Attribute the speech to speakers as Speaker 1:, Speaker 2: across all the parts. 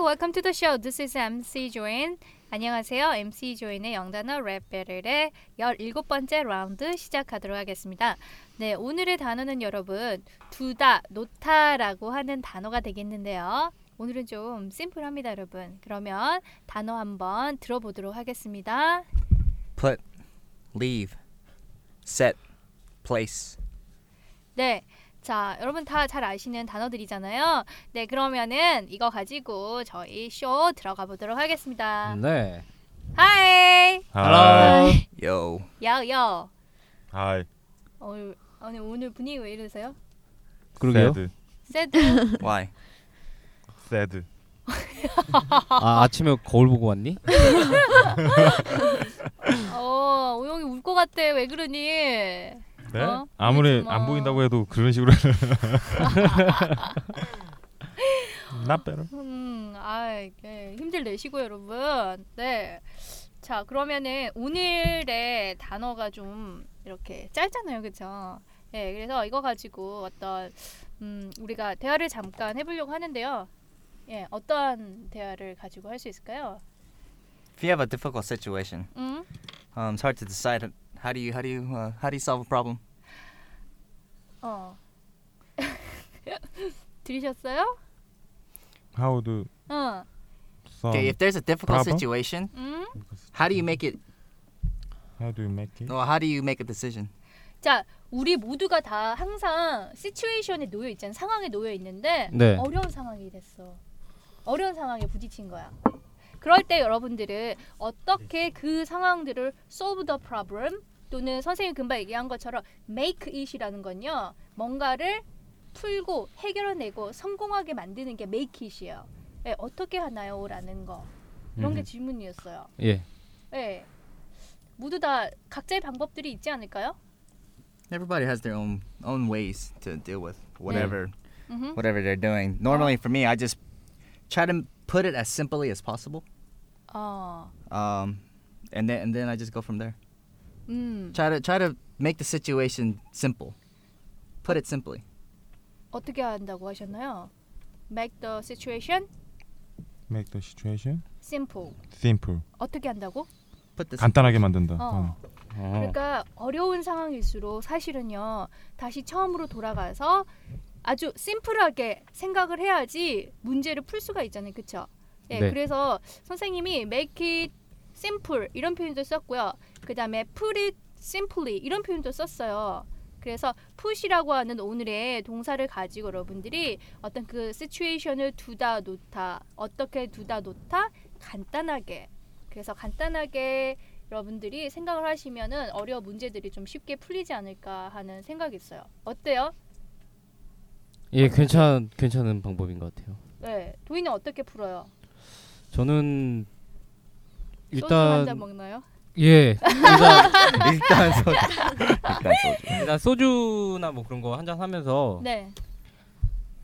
Speaker 1: welcome to the show. This is MC Join. 안녕하세요. MC 조인의 영단어 랩 배틀의 17번째 라운드 시작하도록 하겠습니다. 네, 오늘의 단어는 여러분 두다, 놓다라고 하는 단어가 되겠는데요. 오늘은 좀 심플합니다, 여러분. 그러면 단어 한번 들어보도록 하겠습니다.
Speaker 2: put, leave, set, place.
Speaker 1: 네. 자, 여러분 다 잘 아시는 단어들이잖아요. 네, 그러면은 이거 가지고 저희 쇼 들어가 보도록 하겠습니다.
Speaker 2: 음.
Speaker 3: 네.
Speaker 1: 하이!
Speaker 3: 아,
Speaker 4: Hello.
Speaker 2: Yo,
Speaker 1: 야요.
Speaker 4: Hi.
Speaker 1: 오늘 어, 아니, 오늘 분위기 왜 이러세요?
Speaker 3: 그러게요.
Speaker 4: Sad.
Speaker 1: 세드.
Speaker 2: why?
Speaker 4: Sad.
Speaker 3: 아, 아침에 거울 보고 왔니?
Speaker 1: 음. 어, 오영이 울 것 같대. 왜 그러니?
Speaker 4: 네?
Speaker 1: 어?
Speaker 4: 아무리
Speaker 1: 울지 마.
Speaker 4: 안 보인다고 해도 그런 식으로. Not better.
Speaker 1: 음, 아, 네, 힘들 내시고 여러분. 네. 자, 그러면은 오늘의 단어가 좀 이렇게 짧잖아요, 그렇죠? 예, 그래서 이거 가지고 어떤 음, 우리가 대화를 잠깐 해보려고 하는데요. 예, 어떤 대화를 가지고 할 수 있을까요?
Speaker 2: If you have a difficult situation,
Speaker 1: 음,
Speaker 2: um, it's hard to decide how do you how do you uh, how do you solve a problem.
Speaker 1: 어. 들으셨어요?
Speaker 4: How do
Speaker 1: 응,
Speaker 4: some?
Speaker 2: Okay, if there's a difficult
Speaker 4: Um, problem?
Speaker 2: situation,
Speaker 1: 음.
Speaker 2: how do you make it?
Speaker 4: How do you make it?
Speaker 2: Well, how do you make a decision?
Speaker 1: 자, 우리 모두가 다 항상 시츄에이션에 놓여 있잖아. 상황에 놓여 있는데
Speaker 3: 네.
Speaker 1: 어려운 상황이 됐어. 어려운 상황에 부딪힌 거야. 그럴 때 여러분들은 어떻게 그 상황들을 solve the problem 또는 선생님 금방 얘기한 것처럼 make it이라는 건요. 뭔가를 풀고 해결해내고 성공하게 만드는 게 make it이에요. 예, 어떻게 하나요? 라는 거. 이런 게
Speaker 3: 음.
Speaker 1: 질문이었어요.
Speaker 3: 예.
Speaker 1: 예. 모두 다 각자의 방법들이 있지 않을까요?
Speaker 2: Everybody has their own own ways to deal with whatever
Speaker 1: 음.
Speaker 2: whatever they're doing. Normally, for me, I just try to put it as simply as possible,
Speaker 1: 어.
Speaker 2: um, and then and then I just go from there.
Speaker 1: 음.
Speaker 2: Try to try to make the situation simple. Put it simply.
Speaker 1: 어떻게 한다고 하셨나요? Make the situation
Speaker 4: Make the situation
Speaker 1: simple.
Speaker 4: simple.
Speaker 1: 어떻게 한다고?
Speaker 2: Put this.
Speaker 4: 간단하게 만든다.
Speaker 1: 어.
Speaker 4: 어.
Speaker 3: 어.
Speaker 1: 그러니까 어려운 상황일수록 사실은요 다시 처음으로 돌아가서 아주 심플하게 생각을 해야지 문제를 풀 수가 있잖아요, 그렇죠? 예,
Speaker 3: 네.
Speaker 1: 그래서 선생님이 make it simple 이런 표현도 썼고요. 그다음에 put it simply 이런 표현도 썼어요. 그래서 put이라고 하는 오늘의 동사를 가지고 여러분들이 어떤 그 situation을 두다 놓다 어떻게 두다 놓다 간단하게 그래서 간단하게 여러분들이 생각을 하시면은 어려운 문제들이 좀 쉽게 풀리지 않을까 하는 생각이 있어요. 어때요?
Speaker 3: 예, 괜찮 괜찮은 방법인 것 같아요.
Speaker 1: 네, 도인은 어떻게 풀어요?
Speaker 3: 저는
Speaker 1: 소주 한잔
Speaker 3: 일단
Speaker 1: 먹나요?
Speaker 3: 예. 일단
Speaker 2: 일단 소주. 일단 소주.
Speaker 3: 일단 소주나 뭐 그런 거 한 잔 하면서
Speaker 1: 네.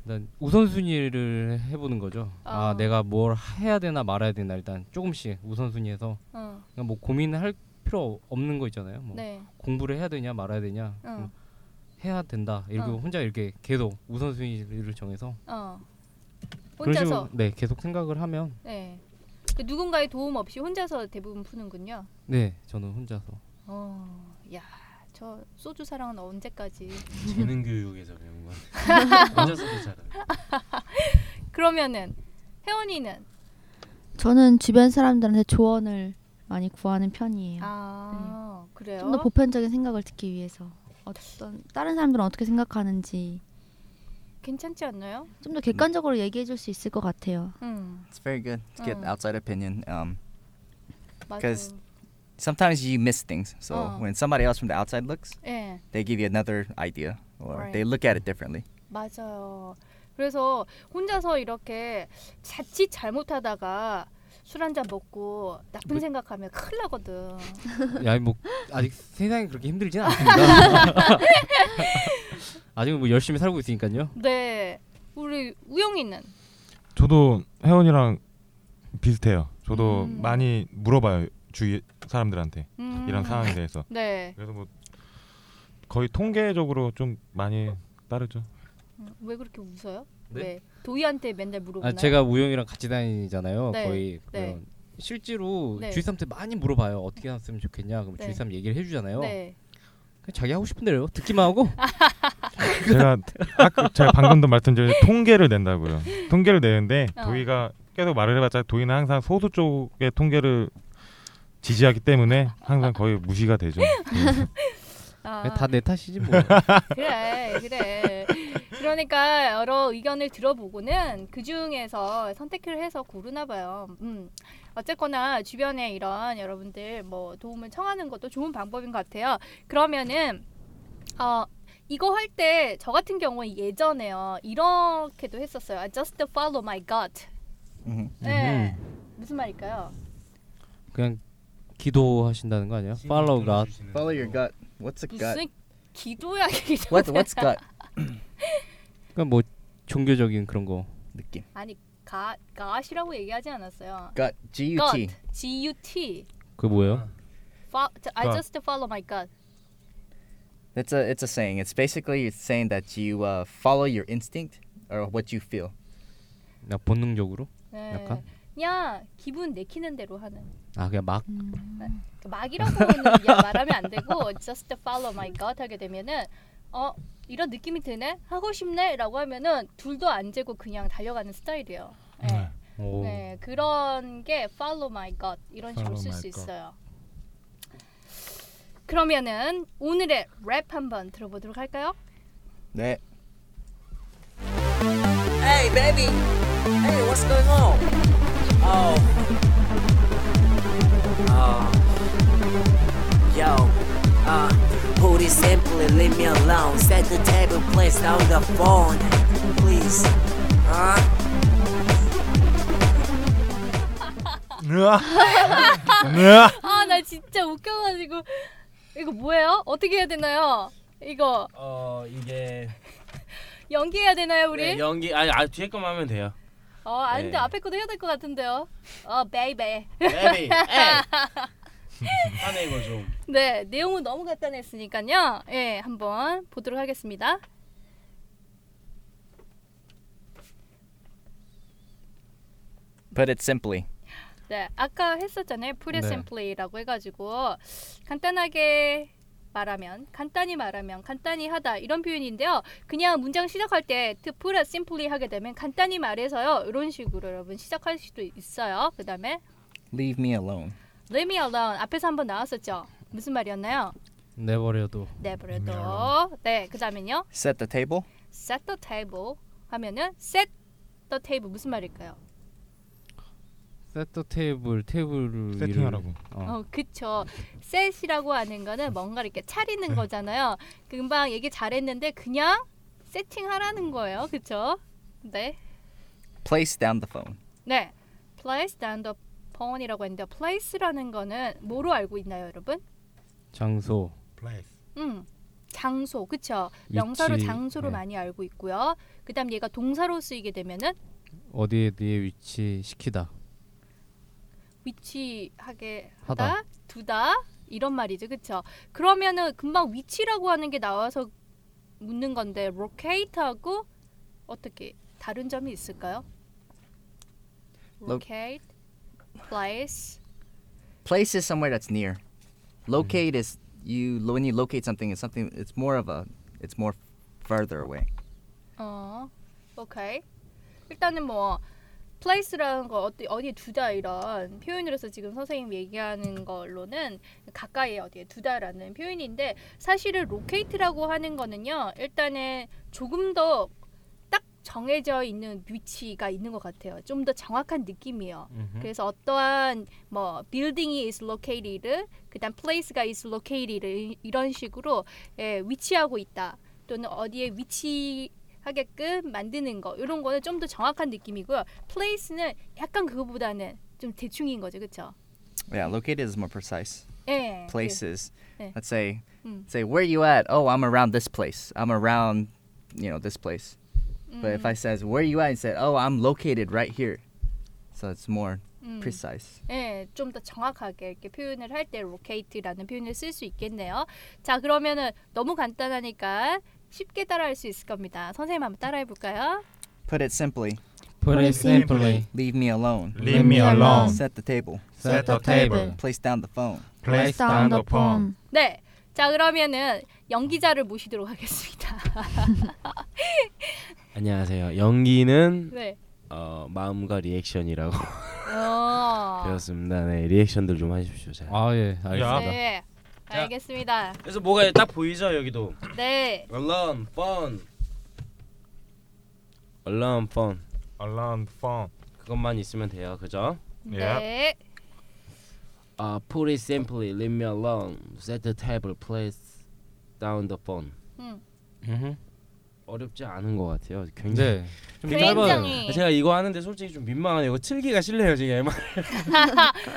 Speaker 3: 일단 우선순위를 해 보는 거죠.
Speaker 1: 어.
Speaker 3: 아, 내가 뭘 해야 되나 말아야 되나 일단 조금씩 우선순위해서
Speaker 1: 어,
Speaker 3: 그냥 뭐 고민할 필요 없는 거 있잖아요. 뭐
Speaker 1: 네.
Speaker 3: 공부를 해야 되냐 말아야 되냐.
Speaker 1: 어.
Speaker 3: 뭐 해야 된다. 이렇게
Speaker 1: 어.
Speaker 3: 혼자 이렇게 계속 우선순위를 정해서
Speaker 1: 어.
Speaker 3: 그런
Speaker 1: 혼자서.
Speaker 3: 식으로, 네 계속 생각을 하면
Speaker 1: 네. 그 누군가의 도움 없이 혼자서 대부분 푸는군요.
Speaker 3: 네 저는 혼자서
Speaker 1: 어. 야, 저 소주 사랑은 언제까지?
Speaker 5: 재능 교육에서 배운 건 혼자서도 잘해.
Speaker 1: 그러면은 혜원이는
Speaker 6: 저는 주변 사람들한테 조언을 많이 구하는 편이에요.
Speaker 1: 아, 그래요?
Speaker 6: 음. 네. 좀 더 보편적인 생각을 듣기 위해서 어떤 다른 사람들은 어떻게 생각하는지
Speaker 1: 괜찮지 않나요? 음,
Speaker 6: 좀 더 객관적으로 얘기해 줄 수 있을 것 같아요.
Speaker 1: 응.
Speaker 2: It's very good to get
Speaker 1: 어.
Speaker 2: outside opinion. Um,
Speaker 3: 그러니까
Speaker 1: 맞아요.
Speaker 2: Because- sometimes you miss things. So
Speaker 1: Oh.
Speaker 2: when somebody else from the outside looks,
Speaker 1: 예.
Speaker 2: they give you another idea or
Speaker 1: Right.
Speaker 2: they look at it differently.
Speaker 1: 맞아요. 그래서 혼자서 이렇게 자칫 잘못하다가 술 한 잔 먹고 나쁜
Speaker 3: 뭐-
Speaker 1: 생각하면 큰일 나거든.
Speaker 3: 야뭐 아직 세상이 그렇게 힘들진 않습니다. 아직은 뭐 열심히 살고 있으니까요.
Speaker 1: 네. 우리 우영이는
Speaker 4: 저도 혜원이랑 비슷해요. 저도
Speaker 1: 음.
Speaker 4: 많이 물어봐요 주위 사람들한테
Speaker 1: 음.
Speaker 4: 이런 상황에 대해서.
Speaker 1: 네.
Speaker 4: 그래서 뭐 거의 통계적으로 좀 많이 따르죠.
Speaker 1: 음, 왜 그렇게 웃어요?
Speaker 5: 네?
Speaker 1: 왜 도희한테 맨날 물어보나요?
Speaker 3: 아, 제가 우영이랑 같이 다니잖아요.
Speaker 1: 네,
Speaker 3: 거의
Speaker 1: 네.
Speaker 3: 그러면 실제로
Speaker 1: 네.
Speaker 3: 주위 사람한테 많이 물어봐요. 어떻게 났으면 좋겠냐. 그럼
Speaker 1: 네.
Speaker 3: 주위 사람 얘기를 해주잖아요.
Speaker 1: 네. 아.
Speaker 3: 그냥 자기 하고 싶은 대로 듣기만 하고
Speaker 4: 제가 아까 그, 제가 방금도 말씀드린 통계를 낸다고요. 통계를 내는데
Speaker 1: 어.
Speaker 4: 도희가 계속 말을 해봤자 도희는 항상 소수 쪽의 통계를 지지하기 때문에 항상 거의 무시가 되죠.
Speaker 1: 아,
Speaker 3: 다 내 탓이지 뭐.
Speaker 1: 그래 그래. 그러니까 여러 의견을 들어보고는 그 중에서 선택을 해서 고르나 봐요. 음. 어쨌거나 주변에 이런 여러분들 뭐 도움을 청하는 것도 좋은 방법인 것 같아요. 그러면은 어 이거 할 때 저 같은 경우는 예전에요 이렇게도 했었어요. I just follow my gut.
Speaker 2: Mhm.
Speaker 3: 음.
Speaker 1: 네. 무슨 말일까요?
Speaker 3: 그냥 기도하신다는 거 아니야? Follow God.
Speaker 2: Follow your gut. What's a gut?
Speaker 1: 무슨 기도야 기도.
Speaker 2: 그러니까 What, what's gut?
Speaker 3: 그러니까 뭐 종교적인 그런 거.
Speaker 2: 느낌.
Speaker 1: 아니 가 가시라고 얘기하지 않았어요.
Speaker 2: Gut. G U T.
Speaker 1: gut, G U T.
Speaker 3: 그게
Speaker 5: 아.
Speaker 3: 뭐예요?
Speaker 1: Fo- I
Speaker 4: Gut.
Speaker 1: just follow my gut.
Speaker 2: It's a it's a saying. It's basically it's saying that you uh, follow your instinct or what you feel.
Speaker 3: 나 본능적으로?
Speaker 1: 네.
Speaker 3: 약간?
Speaker 1: 야 기분 내키는 대로 하는.
Speaker 3: 아 그냥 막
Speaker 1: 그 막이라고는 야 말하면 안 되고 just follow my gut 하게 되면은 어 이런 느낌이 드네 하고 싶네라고 하면은 둘도 안 재고 그냥 달려가는 스타일이에요. 네.
Speaker 3: 오.
Speaker 1: 네, 그런 게 follow my gut 이런 식으로
Speaker 4: Follow
Speaker 1: 쓸
Speaker 4: my
Speaker 1: 수
Speaker 4: gut.
Speaker 1: 있어요. 그러면은 오늘의 랩 한번 들어보도록 할까요?
Speaker 2: 네.
Speaker 7: Hey, baby. Hey, what's going on? Oh. Oh. Yo. Uh, put it simply, leave me alone. Set the table, place down the phone. Please. Huh?
Speaker 4: 으아! 으아!
Speaker 1: 아 나 진짜 웃겨가지고 이거 뭐예요? 어떻게 해야 되나요? 이거
Speaker 5: 어 이게
Speaker 1: 연기해야 되나요 우리?
Speaker 5: 네, 연기 아니 아, 뒤에 것만 하면 돼요.
Speaker 1: 어 아닌데
Speaker 5: 네.
Speaker 1: 앞에 것도 해야 될 것 같은데요. 어 베이베.
Speaker 5: 베비. 화내 이거 좀.
Speaker 1: 네 내용은 너무 간단했으니까요. 예 한번 보도록 하겠습니다.
Speaker 2: Put it simply.
Speaker 1: 네 아까 했었잖아요. Put it
Speaker 4: 네.
Speaker 1: simply라고 해가지고 간단하게 말하면 간단히 말하면 간단히 하다 이런 표현인데요. 그냥 문장 시작할 때 to put it simply 하게 되면 간단히 말해서요 이런 식으로 여러분 시작할 수도 있어요. 그 다음에
Speaker 2: Leave me alone.
Speaker 1: Leave me alone 앞에서 한번 나왔었죠. 무슨 말이었나요?
Speaker 3: 내버려도
Speaker 1: 내버려둬. 네, 그다음엔요.
Speaker 2: Set the table.
Speaker 1: Set the table 하면은 set the table 무슨 말일까요?
Speaker 3: 세터 테이블 테이블 위를-
Speaker 4: 세팅하라고.
Speaker 3: 어.
Speaker 1: 어, 그쵸. set이라고 하는 거는 뭔가 이렇게 차리는 거잖아요. 금방 얘기 잘했는데 그냥 세팅하라는 거예요, 그쵸? 네,
Speaker 2: Place down the phone.
Speaker 1: 네. Place down the phone이라고 했는데 place라는 거는 뭐로 알고 있나요, 여러분?
Speaker 3: 장소
Speaker 1: 음, 장소, 그쵸? 명사로
Speaker 3: 위치,
Speaker 1: 장소로
Speaker 3: 네.
Speaker 1: 많이 알고 있고요. 그다음 얘가 동사로 쓰이게 되면은
Speaker 3: 어디에 네 위치 시키다.
Speaker 1: 위치하게 하다,
Speaker 3: 하다.
Speaker 1: 두다 이런 말이죠, 그렇죠? 그러면은 금방 위치라고 하는 게 나와서 묻는 건데 로케이트하고 어떻게 다른 점이 있을까요?
Speaker 2: 로-
Speaker 1: 로케이트, place,
Speaker 2: Place is somewhere that's near. Locate is you when you locate something it's something it's more of a it's more further away.
Speaker 1: 어, 오케이. 일단은 뭐 place라는 거 어디 어디에 두다 이런 표현으로서 지금 선생님 얘기하는 걸로는 가까이 어디에 두다라는 표현인데 사실은 로케이트라고 하는 거는요 일단은 조금 더 딱 정해져 있는 위치가 있는 것 같아요 좀 더 정확한 느낌이에요 그래서 어떠한 뭐 빌딩이 is located 그다음 place가 is located 이- 이런 식으로 예, 위치하고 있다 또는 어디에 위치 하게끔 만드는 거 이런 거는 좀 더 정확한 느낌이고요. place는 약간 그거보다는 좀 대충인 거죠, 그렇죠?
Speaker 2: Yeah, located is more precise.
Speaker 1: 예.
Speaker 2: Places.
Speaker 1: Yeah.
Speaker 2: Let's say
Speaker 1: Mm.
Speaker 2: say where you at? Oh, I'm around this place. I'm around you know this place.
Speaker 1: 그,
Speaker 2: But if I says where you at, and said oh I'm located right here, so it's more
Speaker 1: 음, 음.
Speaker 2: precise.
Speaker 1: 예, 좀 더 정확하게 이렇게 표현을 할 때 locate라는 표현을 쓸 수 있겠네요. 자, 그러면은 너무 간단하니까 쉽게 따라할 수 있을 겁니다. 선생님 한번 따라해 볼까요?
Speaker 2: Put it simply,
Speaker 3: Put it simply.
Speaker 2: leave me alone.
Speaker 6: Leave me alone.
Speaker 2: Set the table,
Speaker 3: Set the table.
Speaker 2: place down the phone.
Speaker 6: Place down the phone.
Speaker 1: 네. 자, 그러면은 연기자를 모시도록 하겠습니다.
Speaker 5: 안녕하세요. 연기는
Speaker 1: 네.
Speaker 5: 어, 마음과 리액션이라고
Speaker 1: 어.
Speaker 5: 배웠습니다. 네, 리액션들 좀 하십시오. 잘.
Speaker 3: 아 예, 알겠습니다.
Speaker 1: 네. 알겠습니다.
Speaker 5: 그래서 뭐가 딱 보이죠 여기도.
Speaker 1: 네.
Speaker 5: Alone, phone. Alone, phone.
Speaker 4: Alone phone.
Speaker 5: 그것만 있으면 돼요. 그죠?
Speaker 1: 네.
Speaker 5: Uh, put it simply, leave me alone. Set the table, place down the phone.
Speaker 1: 음.
Speaker 3: 음흠.
Speaker 5: 어렵지 않은 것 같아요. 굉장히.
Speaker 3: 네. 좀 짧아요.
Speaker 1: 굉장히 네.
Speaker 5: 제가 이거 하는데 솔직히 좀 민망하네요. 이거 틀기가 싫네요 지금.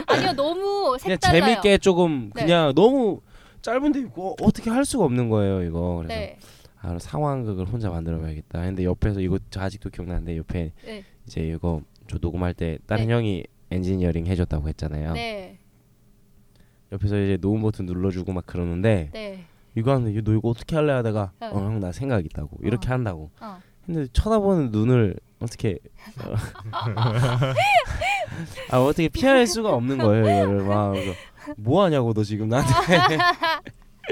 Speaker 1: 아니요 너무
Speaker 5: 그냥
Speaker 1: 색달라요.
Speaker 5: 재밌게 조금
Speaker 1: 네.
Speaker 5: 그냥 너무 짧은데 이거 어떻게 할 수가 없는 거예요 이거. 그래서
Speaker 1: 네.
Speaker 5: 아, 그럼 상황극을 혼자 만들어봐야겠다. 근데 옆에서 이거 저 아직도 기억나는데 옆에
Speaker 1: 네.
Speaker 5: 이제 이거 저 녹음할 때 다른
Speaker 1: 네.
Speaker 5: 형이 엔지니어링 해줬다고 했잖아요.
Speaker 1: 네.
Speaker 5: 옆에서 이제 녹음 버튼 눌러주고 막 그러는데
Speaker 1: 네.
Speaker 5: 이거 하는데 이거 너 이거 어떻게 할래 하다가
Speaker 1: 어.
Speaker 5: 어 형 나 생각 있다고 이렇게 한다고.
Speaker 1: 어.
Speaker 5: 근데 쳐다보는 눈을 어떻게 어. 아 어떻게 피할 수가 없는 거예요 이거를 막 그래서 뭐 하냐고 너 지금 나한테.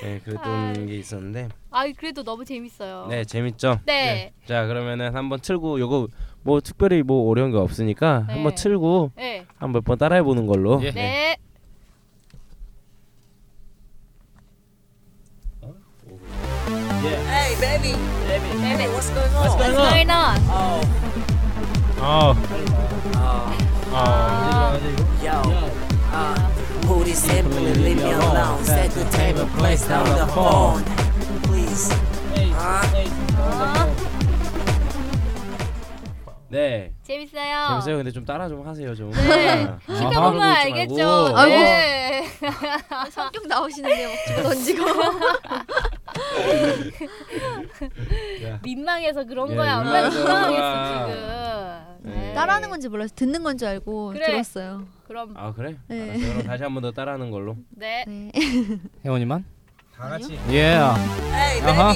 Speaker 5: 네 그랬던 게 있었는데
Speaker 1: 아 그래도 너무 재밌어요.
Speaker 5: 네 재밌죠.
Speaker 1: 네.
Speaker 5: 자 그러면은 한번 틀고 요거 뭐 특별히 뭐 어려운 거 없으니까
Speaker 1: 네.
Speaker 5: 한번 틀고
Speaker 1: 네.
Speaker 5: 한 몇 번 따라해 보는 걸로.
Speaker 3: 예.
Speaker 1: 네.
Speaker 7: Hey, baby. Baby. Hey, what's going on?
Speaker 5: 네.
Speaker 1: What's going on?
Speaker 7: Oh,
Speaker 4: 아, 아,
Speaker 7: yo. Uh, put it simply, leave me alone. Set the table, place down the phone. Please. Huh?
Speaker 1: 어,
Speaker 5: 네.
Speaker 1: 재밌어요.
Speaker 5: 재밌어요. 근데 좀 따라 좀 하세요 좀.
Speaker 1: 아. 네.
Speaker 5: 아,
Speaker 1: 시켜
Speaker 5: 바로
Speaker 1: 보면
Speaker 5: 보지
Speaker 1: 알겠죠.
Speaker 5: 말고.
Speaker 6: 아이고.
Speaker 1: 네.
Speaker 6: 아, 성격 나오시는데 막 집어 던지고.
Speaker 1: 민망해서 그런
Speaker 5: 예,
Speaker 1: 거야. 얼마나
Speaker 5: 민망해서 아. 그런
Speaker 1: 민망했어 지금. 네.
Speaker 6: 따라하는 건지 몰라서 듣는 건 줄 알고
Speaker 1: 그래.
Speaker 6: 들었어요.
Speaker 1: 그럼
Speaker 5: 아 그래?
Speaker 6: 네.
Speaker 5: 알았어. 그럼 다시 한 번 더 따라하는 걸로.
Speaker 1: 네.
Speaker 6: 네.
Speaker 3: 혜원이만?
Speaker 5: 다 같이.
Speaker 3: 예. Yeah.
Speaker 7: Hey, baby.
Speaker 3: Uh-huh.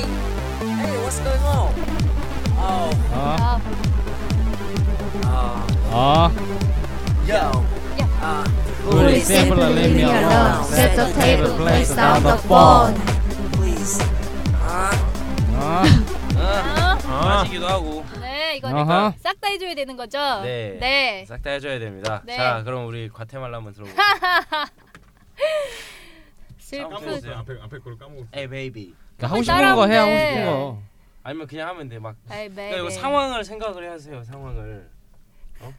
Speaker 7: Hey, what's going on? Oh,
Speaker 3: 아.
Speaker 1: 아,
Speaker 7: oh.
Speaker 3: 아.
Speaker 7: Yo.
Speaker 1: Yeah.
Speaker 7: Uh,
Speaker 3: Put it simply, leave me alone.
Speaker 6: Set the table, place down the phone.
Speaker 7: please. Huh?
Speaker 3: 아.
Speaker 5: 아. 마시기도 하고.
Speaker 1: 네,
Speaker 3: 아하.
Speaker 1: 이거는 싹 다 해줘야 되는 거죠.
Speaker 5: 네.
Speaker 1: 네.
Speaker 5: 싹 다 해줘야 됩니다.
Speaker 1: 네. 아,
Speaker 5: 자, 그럼 우리 과테말라 한번 들어볼게요.
Speaker 1: 슬픈
Speaker 4: 앞에 앞에 걸 까먹었어.
Speaker 5: 에이 베이비.
Speaker 3: 그러니까 하고 싶은 거 해. 하고 싶은 거.
Speaker 5: 아니면 그냥 하면 돼. 막
Speaker 1: 아이 네, 매.
Speaker 5: 그러니까 이거 상황을 생각을 해야세요. 상황을. 어?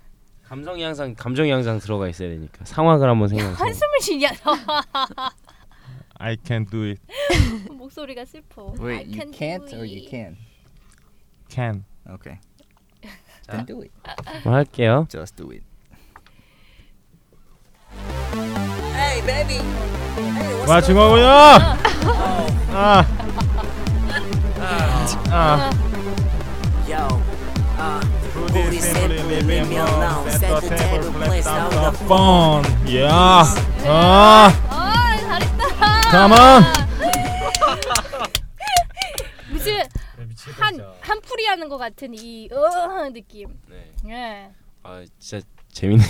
Speaker 5: 감성이 항상 감정이 항상 들어가 있어야 되니까 상황을 한번 생각해.
Speaker 1: 한숨을 쉬냐 너.
Speaker 4: I can do it.
Speaker 1: 목소리가 슬퍼. I
Speaker 2: Wait, you
Speaker 1: can do
Speaker 2: can't or
Speaker 1: it.
Speaker 2: you can?
Speaker 4: Can.
Speaker 2: Okay. Then do it.
Speaker 5: 뭐 할게요.
Speaker 2: Just do it.
Speaker 7: Hey, baby. Hey, what's
Speaker 4: 와,
Speaker 7: going
Speaker 4: 증오군요. 아, 아,
Speaker 7: Yo. Uh, booty simply, leave me alone. Set the table, place down the phone.
Speaker 4: phone. Yeah.
Speaker 7: Ah,
Speaker 4: 아,
Speaker 1: 아 잘했다.
Speaker 4: 가만.
Speaker 1: 무슨 한 한풀이 하는 것 같은 이 어, 느낌.
Speaker 5: 네.
Speaker 1: 예.
Speaker 5: 아 진짜 재밌네요.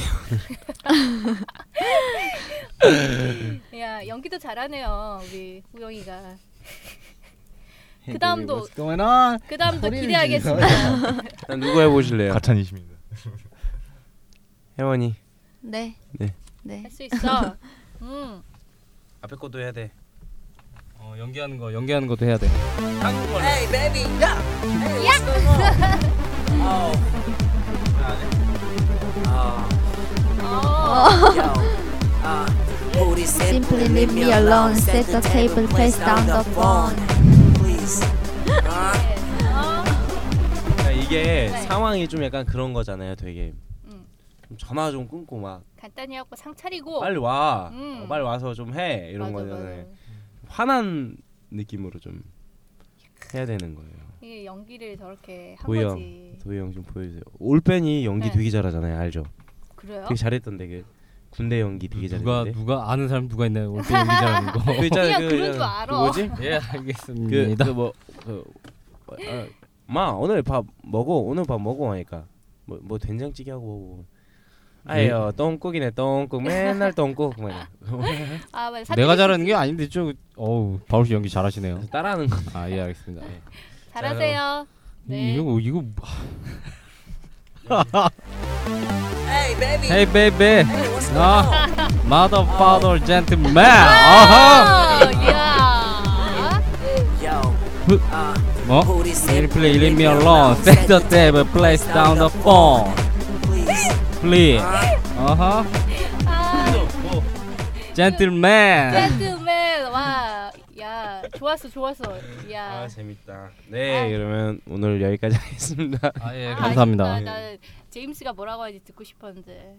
Speaker 1: 야 연기도 잘하네요 우리 우영이가. 그
Speaker 2: Hey, baby,
Speaker 1: 다음도-
Speaker 2: what's going on?
Speaker 1: 그 다음도
Speaker 2: 소리를
Speaker 1: 기대하겠습니다.
Speaker 5: 일단 누구 해보실래요?
Speaker 4: 가찬이십니다.
Speaker 7: 예.
Speaker 5: 혜원이.
Speaker 6: 네.
Speaker 5: 네.
Speaker 6: 네.
Speaker 1: 할 수 있어. 음.
Speaker 5: 앞에 것도 해야 돼.
Speaker 3: 어, 연기하는 거, 연기하는 것도 해야 돼.
Speaker 5: 한국말로.
Speaker 7: Hey, baby. Yeah. Hey, what's going on? Oh, oh.
Speaker 1: 어.
Speaker 7: Yo. Uh, booty
Speaker 6: Simply leave me alone. Set the table, place down the phone.
Speaker 7: Please. Uh, Huh?
Speaker 1: 어.
Speaker 5: 그러니까 이게
Speaker 1: 네.
Speaker 5: 상황이 좀 약간 그런 거잖아요. 되게
Speaker 1: 음.
Speaker 5: 좀 전화 좀 끊고 막
Speaker 1: 간단히 하고 상 차리고.
Speaker 5: 빨리 와,
Speaker 1: 음.
Speaker 5: 어, 빨리 와서 좀 해 이런
Speaker 1: 맞아,
Speaker 5: 거잖아요.
Speaker 1: 맞아.
Speaker 5: 화난 느낌으로 좀 해야 되는 거예요.
Speaker 1: 이게 연기를 저렇게 한 거지.
Speaker 5: 도희 형, 도희 형좀 보여주세요. 올빼니 연기
Speaker 1: 네. 어?
Speaker 5: 되게 잘하잖아요, 알죠?
Speaker 1: 그래요?
Speaker 5: 되게 잘했던데 그 군대 연기 되게
Speaker 3: 누가
Speaker 5: 잘했는데.
Speaker 3: 누가 아는 사람 누가 있나요? 올빼미 잘하는 거.
Speaker 5: 그 있잖아요,
Speaker 1: 그냥
Speaker 5: 그,
Speaker 1: 그런 줄 알아.
Speaker 5: 그 뭐지?
Speaker 3: 예
Speaker 5: 그,
Speaker 3: 알겠습니다.
Speaker 5: 그 뭐, 그, 어, 어, 마 오늘 밥 먹어 오늘 밥 먹어 하니까 뭐, 뭐 된장찌개 하고 뭐. 아유 똥국이네 똥국 맨날 똥국 막 이래.
Speaker 1: 아 맞아.
Speaker 3: 내가 잘하는 게 아닌데 좀 어우 바울 씨 연기 잘하시네요.
Speaker 5: 따라하는 거
Speaker 3: 아 예 알겠습니다. 예.
Speaker 1: 잘하세요. 네.
Speaker 3: 이거 이거 뭐,
Speaker 7: Hey, baby.
Speaker 3: Hey baby,
Speaker 7: Hey, what's going
Speaker 3: Ah.
Speaker 7: on?
Speaker 3: mother, father, gentleman. 아하.
Speaker 1: 어, 야.
Speaker 7: Yo.
Speaker 3: Huh.
Speaker 7: Uh,
Speaker 3: 뭐?
Speaker 7: booty
Speaker 3: Can you
Speaker 7: simple,
Speaker 3: please leave me alone? Set the table, place down the phone,
Speaker 7: Please.
Speaker 3: please.
Speaker 7: Uh,
Speaker 3: 아하.
Speaker 1: 아,
Speaker 3: Gentleman.
Speaker 1: 젠틀맨. 와. 야, 좋았어. 좋았어. 야.
Speaker 5: 아 재밌다 네 그러면 오늘 여기까지 하겠습니다
Speaker 3: 아예 네.
Speaker 1: 아,
Speaker 3: 감사합니다.
Speaker 1: 아쉽다. 나 제임스가 뭐라고 하는지 듣고 싶었는데.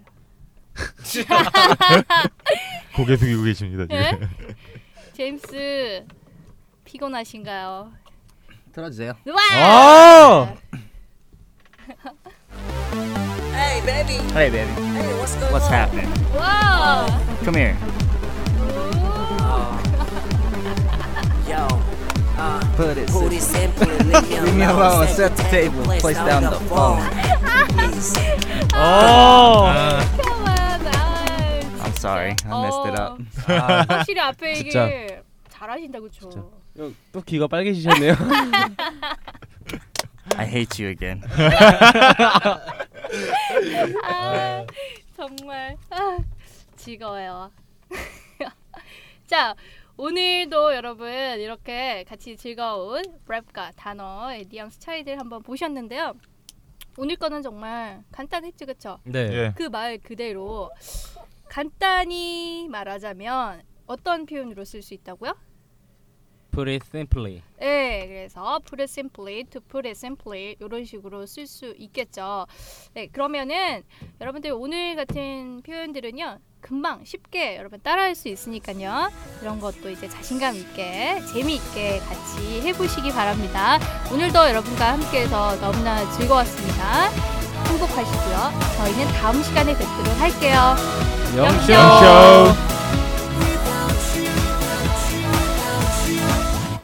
Speaker 4: 고개 숙이고 계십니다 지금.
Speaker 1: 예? 제임스 피곤하신가요?
Speaker 2: 틀어주세요.
Speaker 3: 아!
Speaker 1: 와!
Speaker 7: hey, baby.
Speaker 2: Hey, baby.
Speaker 7: Hey, what's going
Speaker 2: What's
Speaker 7: on?
Speaker 2: happening?
Speaker 1: 와!
Speaker 2: Come here. Oh.
Speaker 7: Yo. Uh,
Speaker 2: Put it.
Speaker 7: booty simple, leave me alone.
Speaker 2: Leave me alone. Set the table. Place down the phone.
Speaker 7: Please.
Speaker 1: 잠깐만. 아, 진짜.
Speaker 2: I'm sorry. I messed it up.
Speaker 5: 아,
Speaker 1: 확실히 앞에 이게
Speaker 5: 진짜.
Speaker 1: 잘하신다고 쳐.
Speaker 5: 형, 또 귀가 빨개지셨네요
Speaker 2: I hate you again.
Speaker 1: 아, 정말 아, 즐거워요. 자, 오늘도 여러분 이렇게 같이 즐거운 랩과 단어의 뉘앙스 차이들 한번 보셨는데요. 오늘 거는 정말 간단했죠, 그렇죠?
Speaker 3: 네.
Speaker 4: 예.
Speaker 1: 그 말 그대로 간단히 말하자면 어떤 표현으로 쓸 수 있다고요?
Speaker 3: Pretty simply.
Speaker 1: 네, 그래서 put it simply, to put it simply 이런 식으로 쓸 수 있겠죠. 네, 그러면은 여러분들 오늘 같은 표현들은요 금방 쉽게 여러분 따라할 수 있으니까요 이런 것도 이제 자신감 있게 재미있게 같이 해보시기 바랍니다. 오늘도 여러분과 함께해서 너무나 즐거웠습니다. 행복하시고요. 저희는 다음 시간에 뵙도록 할게요.
Speaker 3: 영쇼.
Speaker 1: 영쇼.